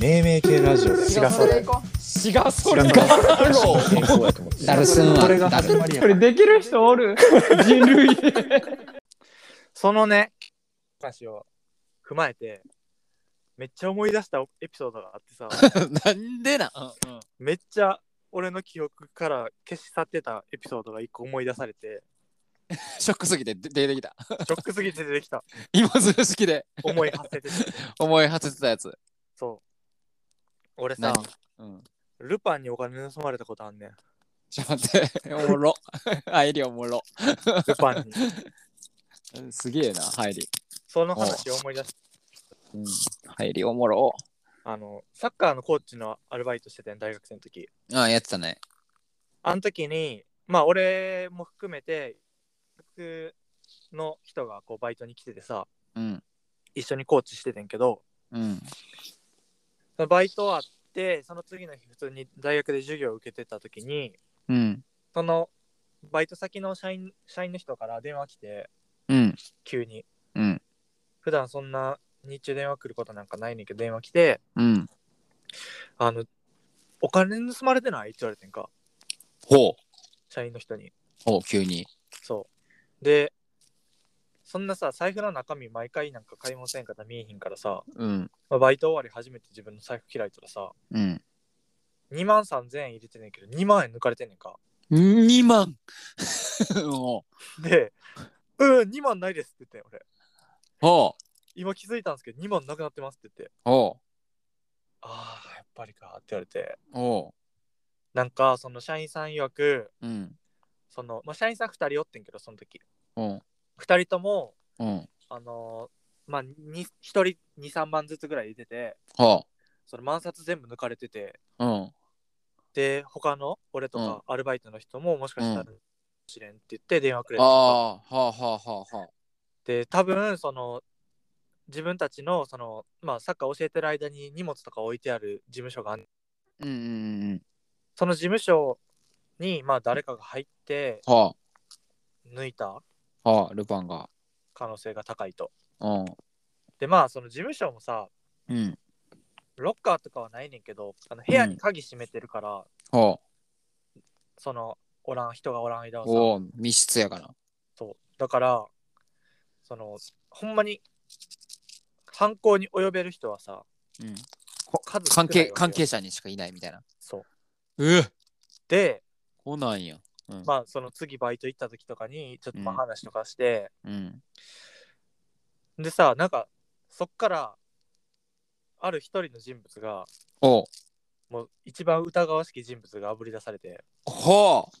命名系ラジオだよ違うそれ行こ違うそれ違うか健康やと思ってダルスンはこれがダルこれできる人おる人類そのね、話を踏まえて、めっちゃ思い出したエピソードがあってさ、 なんでなんうんうんめっちゃ俺の記憶から消し去ってたエピソードが一個思い出されて、ショックすぎて出出てきたショックすぎて出てきた。芋づる式で思い馳せてて。思いはせてたやつそう。俺さ何、うんルパンにお金盗まれたことあんねん。ちょっと待っておもろ 入りおもろルパンに。すげえな入りその話を思い出して、うん入りおもろあの、サッカーのコーチのアルバイトしててん、大学生の時。あやってたねあの時に、まあ俺も含めて、僕の人がこうバイトに来ててさ、うん一緒にコーチしててんけど、うんそのバイトあって、その次の日普通に大学で授業を受けてた時に、うんそのバイト先の社員社員の人から電話来て、うん急に。うん普段そんな日中電話来ることなんかないねんけど、電話来て、うんあの、お金盗まれてないって言われてんか、ほう社員の人に。ほう急にそう。で、そんなさ、財布の中身毎回なんか買い物せんから見えへんからさ、うんまあバイト終わり初めて自分の財布開いたらさ、うん2万3000円入れてんねんけど、2万円抜かれてんねんか。 2万 もで、うん、2万ないですって言ってん俺。うほう今気づいたんですけど、2万なくなってますって言って、ほああ、やっぱりかって言われて、うほなんかその社員さん曰く、ううんその、まあ、社員さん2人おってんけど、その時。うん2人とも、うんあのーまあ、に1人2、3万ずつぐらい入れてて、ほその万札全部抜かれてて、ううんで他の俺とかアルバイトの人ももしかしたらう知れんって言って電話くれあてたあはあはあはあはあで多分その自分たちのそのまあサッカー教えてる間に荷物とか置いてある事務所があんうんうんうんその事務所にまあ誰かが入っては抜いたあはあルパンが可能性が高いとうんでまあその事務所もさうんロッカーとかはないねんけどあの部屋に鍵閉めてるから、はあそのおらん人がおらん間はさおお密室やからそうだからそのほんまに犯行に及べる人はさうん数少な関い係わけよ関係者にしかいないみたいなそううえでこうなんやまあその次バイト行った時とかにちょっとまあうん話とかして、うんでさなんかそっからある一人の人物がおうもう一番疑わしき人物があぶり出されてほう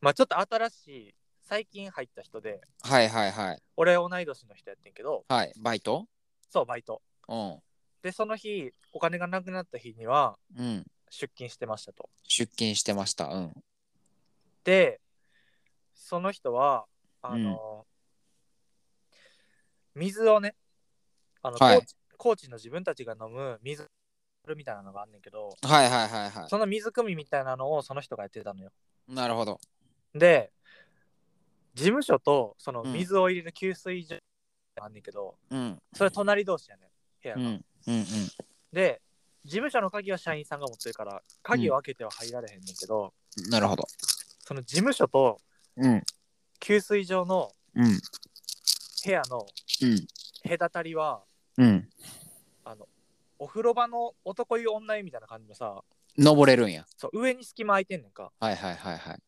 まあちょっと新しい最近入った人ではいはいはい俺同い年の人やってんけどはいバイトそうバイトうんでその日お金がなくなった日にはうん出勤してましたと出勤してましたうんでその人はあの、水をねあの、はいコーチ高知の自分たちが飲む水みたいなのがあんねんけどはいはいはいはその水汲みみたいなのをその人がやってたのよいなるほどで事務所とそのうん水を入れる給水所があんねんけど、うんそれ隣同士やねん部屋うが、んうんうんで事務所の鍵は社員さんが持ってるから鍵を開けては入られへんねんけど、なるほどその事務所とうん給水所のうん部屋のうん隔たりはうんお風呂場の男湯女湯みたいな感じのさ登れるんやそう上に隙間空いてんねんかはいはいはいはい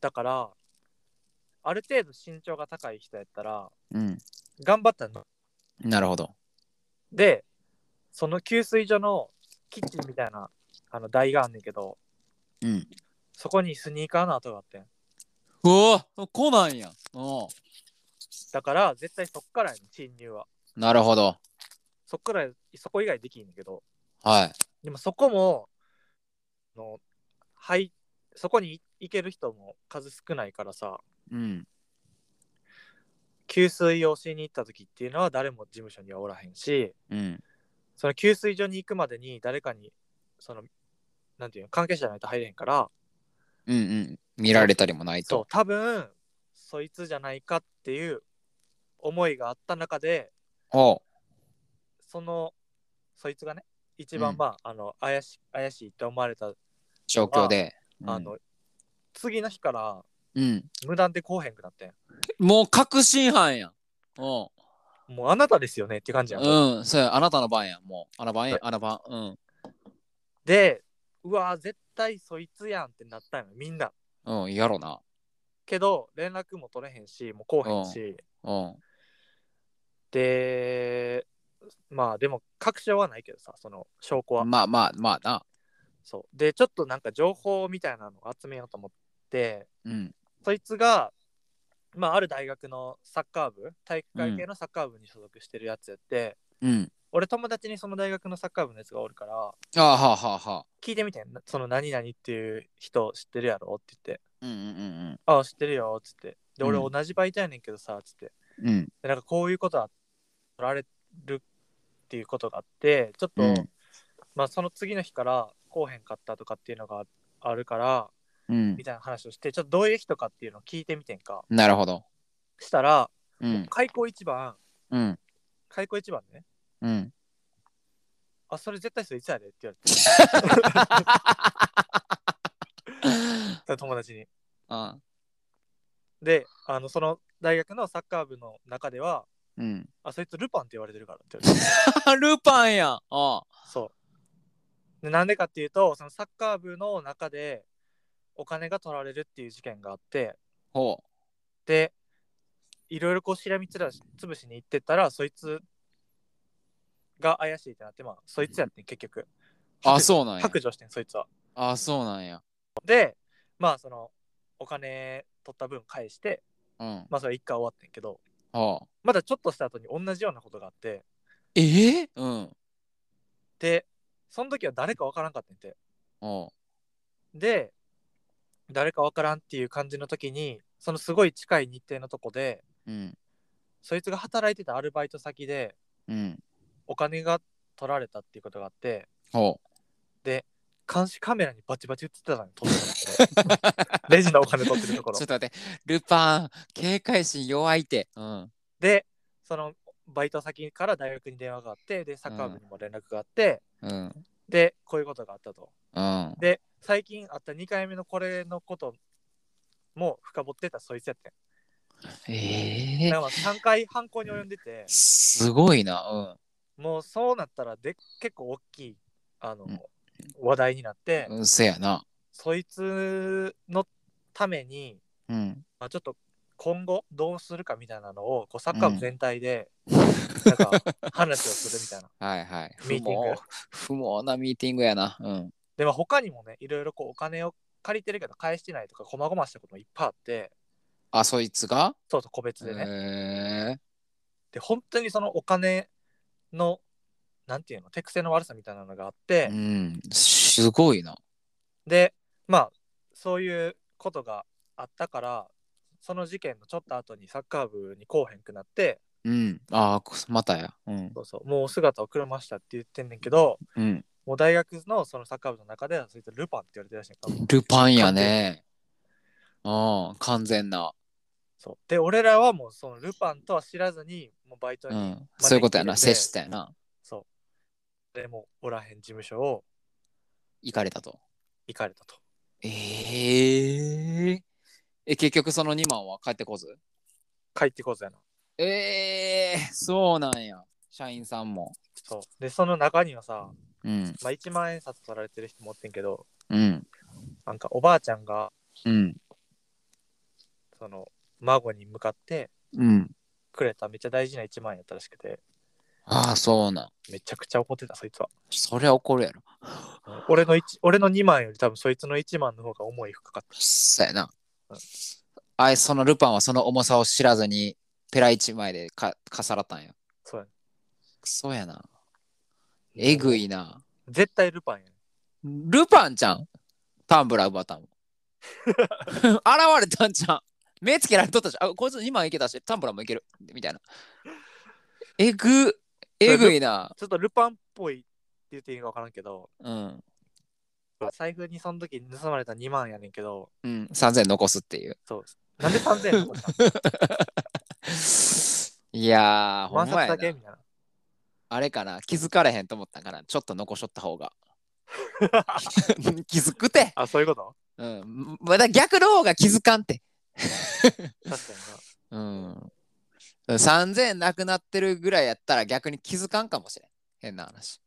だからある程度身長が高い人やったらうん頑張ったのなるほどでその給水所のキッチンみたいなあの台があんねんけどうんそこにスニーカーの跡があってんうわこうなんやおだから絶対そっからやねん侵入はなるほどそっからそこ以外できんねんけどはいでもそこもあのはいそこに行ける人も数少ないからさうん給水をしに行った時っていうのは誰も事務所にはおらへんしうんその給水所に行くまでに誰かにそのなんていうの関係者じゃないと入れへんからうんうん見られたりもないそうと多分そいつじゃないかっていう思いがあった中でおうそのそいつがね一番、うんまあ、あの、怪し、怪しいって思われた、状況で。うんあの、次の日から、うん。無断で来おへんくなってんもう確信犯やん。うん。もうあなたですよねって感じやん。うん、そうや、あなたの番やん、もう。あの番や、あの番。うん。で、うわー絶対そいつやんってなったんよ、みんな。うん、やろな。けど、連絡も取れへんし、もう来おへんし。うん。で、まあでも確証はないけどさ、その証拠は。まあまあまあな。そう。で、ちょっとなんか情報みたいなのを集めようと思って、うん。そいつが、まあある大学のサッカー部、体育会系のサッカー部に所属してるやつやって、うん。俺友達にその大学のサッカー部のやつがおるから、ああ、はあはあはあ。聞いてみてん、その何々っていう人知ってるやろって言って、うんうんうんああ、知ってるよっつって。で、俺うん同じバイトやねんけどさ、つって。うん。うん。でなんかこういうことは取られるっていうことがあってちょっと、うんまあその次の日からこうへんかったとかっていうのがあるからうんみ。たいな話をしてちょっとどういう人かっていうのを聞いてみてんかなるほど。したらうん。開口一番うん。開口一番ねうん。あそれ絶対そいつやでって言われて 友達にあであのその大学のサッカー部の中ではうん。あそいつルパンって言われてるからって言われてルパンやん。ああ。そうでなんでかっていうとそのサッカー部の中でお金が取られるっていう事件があって、ほでいろいろこうしらみつらし潰しに行ってったらそいつが怪しいってなってまあそいつやってん結局う。あ、そうなんや。白状してんそいつはあ、そうなんや。でまあそのお金取った分返してうん。まあそれ一回終わってんけどほう。まだちょっとした後に同じようなことがあってえー、うん。でその時は誰かわからんかったんてほで誰かわからんっていう感じの時にそのすごい近い日程のとこでう。うん。そいつが働いてたアルバイト先でうん。お金が取られたっていうことがあってほう。監視カメラにバチバチ映ってたのよ、撮 ってたのこれレジのお金取ってるところちょっ。と待って。ルパン、警戒心弱いって。うん。で、そのバイト先から大学に電話があって、で、サッカー部にも連絡があって、うん。で、こういうことがあったと。うん。で、最近あった2回目のこれのことも深掘ってたそいつやってえん。えだから3回犯行に及んでて、すごいな。もうそうなったらで結構大きいあの、うん話題になって、うん。うん、せやな。そいつのために、うん。まあ、ちょっと今後どうするかみたいなのをこうサッカー部全体で、なんか話をするみたいなはいはい。不ミーティン毛グ。不毛なミーティングやな。うん。でも他にもねいろいろこうお金を借りてるけど返してないとかこまごましたこともいっぱいあってあ、そいつがそうそう個別へでね、えで本当にそのお金のなんていうの手癖の悪さみたいなのがあって、うん。すごいな。でまあそういうことがあったからその事件のちょっと後にサッカー部に来おへんくなってうん。ああ、またや。うん。そうそうもう姿をくらましたって言ってんねんけど、うん。もう大学のそのサッカー部の中ではそいつルパンって言われてるらしいんかルパンやね。うん。完全な。そうで俺らはもうそのルパンとは知らずにもうバイトうに、ん。そういうことやな。接したやな。そうでもうおらへん事務所を行かれたと。行かれたとえええ、結局その2万は帰ってこず帰ってこうぜなええそうなんや。社員さんも。そうでその中にはさ、うん。まあ、1万円札取られてる人もおってんけどうん。なんかおばあちゃんがうん。その孫に向かってうん。くれためっちゃ大事な1万円やったらしくてああ、そうなん。めちゃくちゃ怒ってたそいつはそりゃ怒るやろ。俺の一俺の2万より多分そいつの1万の方が重い深かったそうやなうん。あいそのルパンはその重さを知らずにペラ一枚でかかさらったんや。そうやねクソやな。えぐいな。絶対ルパンやねルパンちゃんタンブ ラー奪ったんも。現れたんちゃん目つけられとったし、あ、こいつ2万いけたし、タンブラーもいける。みたいな。えぐ、えぐいな。ちょっとルパンっぽいって言っていいのか分からんけど、うん。財布にその時盗まれた2万やねんけど、うん、3000残すっていう。そう。なんで3000円残したいやー、ほの万んま冊やなだ け。みたいな。あれかな、気づかれへんと思ったんかな、ちょっと残しとった方が。 気づくて、あ、そういうことうん、まだ逆の方が気づかんて。確かうにん、3000円なくなってるぐらいやったら逆に気づかんかもしれん。変な 話。な。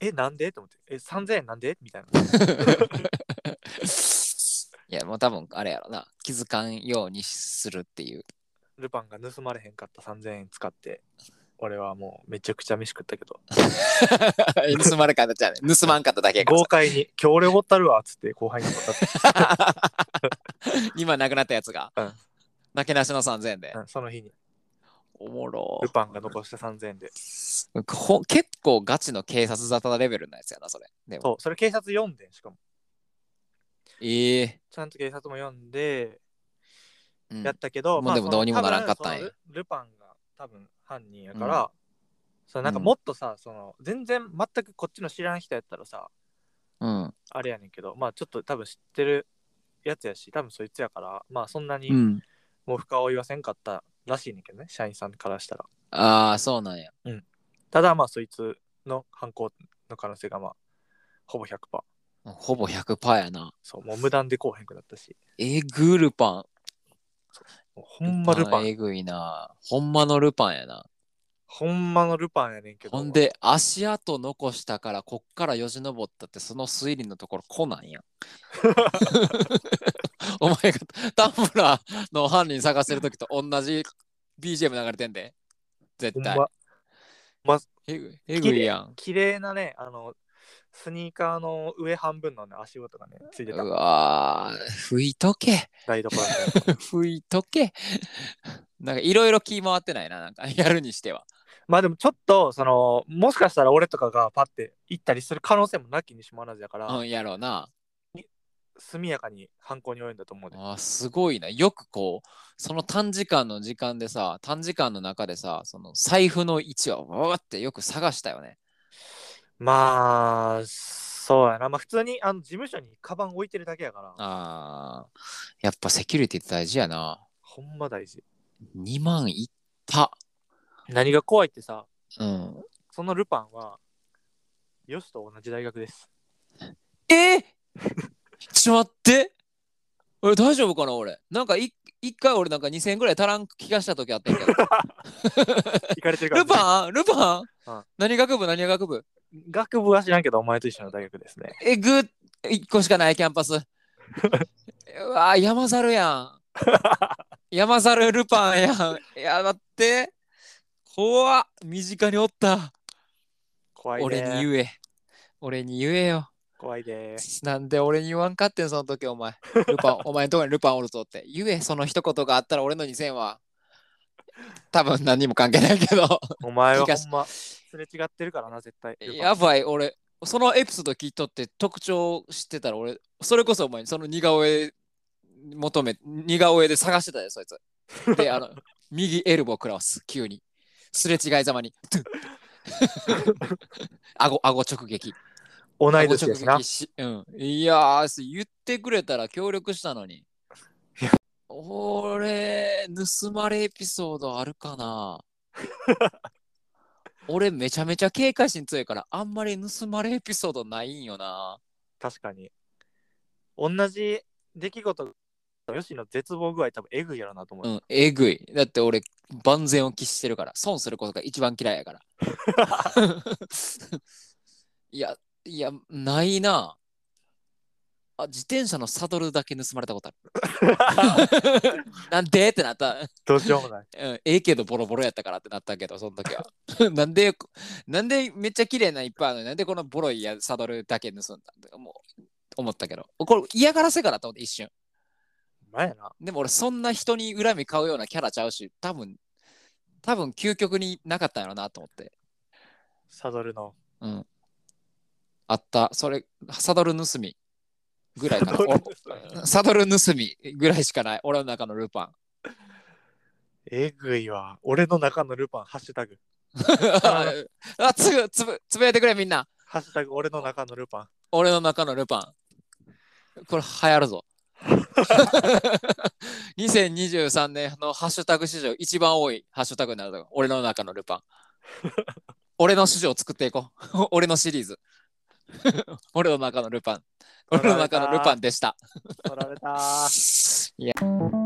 え、なんでと思って。え、3000円なんでみたいな。いや、もう多分あれやろな。気づかんようにするっていう。ルパンが盗まれへんかった3000円使って、俺はもうめちゃくちゃ飯食ったけど、盗まれかったじゃね。盗まんかっただけやから豪さ快に、今日俺おごったるわっつって後輩におごったって、 今なくなったやつが。うんなけなしの3000円でう。んその日におもろル。パンが残した3000円で。ほ結構ガチの警察沙汰レベルのやつやな、それ。でもそう、それ警察読んでん、しかも。ええちゃんと警察も読んで、うんやったけど、もうでもどうにもならんかったんやその多分そのルルパンが多分犯人やから、そのなんかもっとさ、その全然全くこっちの知らん人やったらさ、うん。あれやねんけど、まあちょっと多分知ってるやつやし、多分そいつやから、まあそんなうにん。もう深追いはせんかったらしいねんけどね、社員さんからしたら。ああ、そうなんや。ただまあそいつの犯行の可能性がまあほぼ100%。ほぼ100%やな。そう、もう無断でこうへんくなったし、えぐルパン。もうほんまルパン、えぐいな。ほんまのルパンやな。ほんまのルパンやねんけど。ほんで、足跡残したから、こっからよじ登ったって、その推理のところ、コナン やん。お前が田村の犯人探してるときと同じ BGM 流れてんで。ほ絶ん対。ま、えぐいえぐいやん。綺麗なね、あの、スニーカーの上半分の、ね、足音がね、ついてたうわー拭いとけ。台所に。拭いとけ。なんかいろいろ気回ってないな、なんかやるにしては。 まあでもちょっと、その、もしかしたら俺とかがパッて行ったりする可能性もなきにしもあらずやから、うん、やろうな。速やかに犯行に及んだと思うで。あーすごいな。よくこう、その短時間の時間でさ、短時間の中でさ、その財布の位置をわーってよく探したよね。まあ、そうやな。まあ普通にあの事務所にカバン置いてるだけやから、あーやっぱセキュリティって大事やな。ほんま大事。 2万いった。何が怖いってさ、うん。そのルパンは、ヨシと同じ大学です。え ーちょっと待って俺大丈夫かな俺。なんかい一回俺なんか2000円ぐらい足らん気がした時あったん やけど。行かれてるから、ルパンルパンうん何学部何学部学部は知らんけど、お前と一緒の大学ですね。えぐ1個しかないキャンパス うわー山猿 やん山猿ルパンやんいやだって怖っ身近におった怖い俺にで。言え俺に言えよ怖いで。なんで俺に言わんかってんその時お前ルパ ンお前のとこにルパンおるぞって言えその一言があったら俺の2000は多分何にも関係ないけどお前は気ほがしんま、すれ違ってるからな、絶対。ルパンやばい俺そのエピソード聞いとって特徴知ってたら俺それこそお前にその似顔絵求め似顔絵で探してたよそいつで あの右エルボー食らわす急にすれ違いざまにトゥッ 顎顎直撃同い顎年直ですな撃。し、うん、いやーす言ってくれたら協力したのに俺盗まれエピソードあるか な俺めちゃめちゃ警戒心強いからあんまり盗まれエピソードないんよな確かに。同じ出来事、ヨシの絶望具合多分えぐいやろなと思う。うんえぐいだって俺万全を期してるから損することが一番嫌いやから いやいやないなあ自転車のサドルだけ盗まれたことあるなんでってなった、どうしようもない。うん、ええけどボロボロやったからってなったけどその時は なんでなんでめっちゃ綺麗ないっぱいあるのになんでこのボロいやサドルだけ盗んだんだもう思ったけどこれ嫌がらせかなと思って一瞬お前やな。でも俺そんな人に恨み買うようなキャラちゃうし多分多分究極になかったんやろなと思ってサドルの。うんあったそれサドル盗みぐらいかなおサドル盗みぐらいしかない俺の中のルパンえぐいわ。俺の中のルパン、ハッシュタグ。 あ、つぐ、つぶ、つぶやいてくれ、みんな。ハッシュタグ、俺の中のルパ俺の中のルパン。これ、流行るぞ。2023年のハッシュタグ史上一番多いハッシュタグになるぞ。俺の中のルパン。俺の市場を作っていこう。 俺のシリーズ。俺の中のルパン。俺の中のルパンでした。取られたー。いや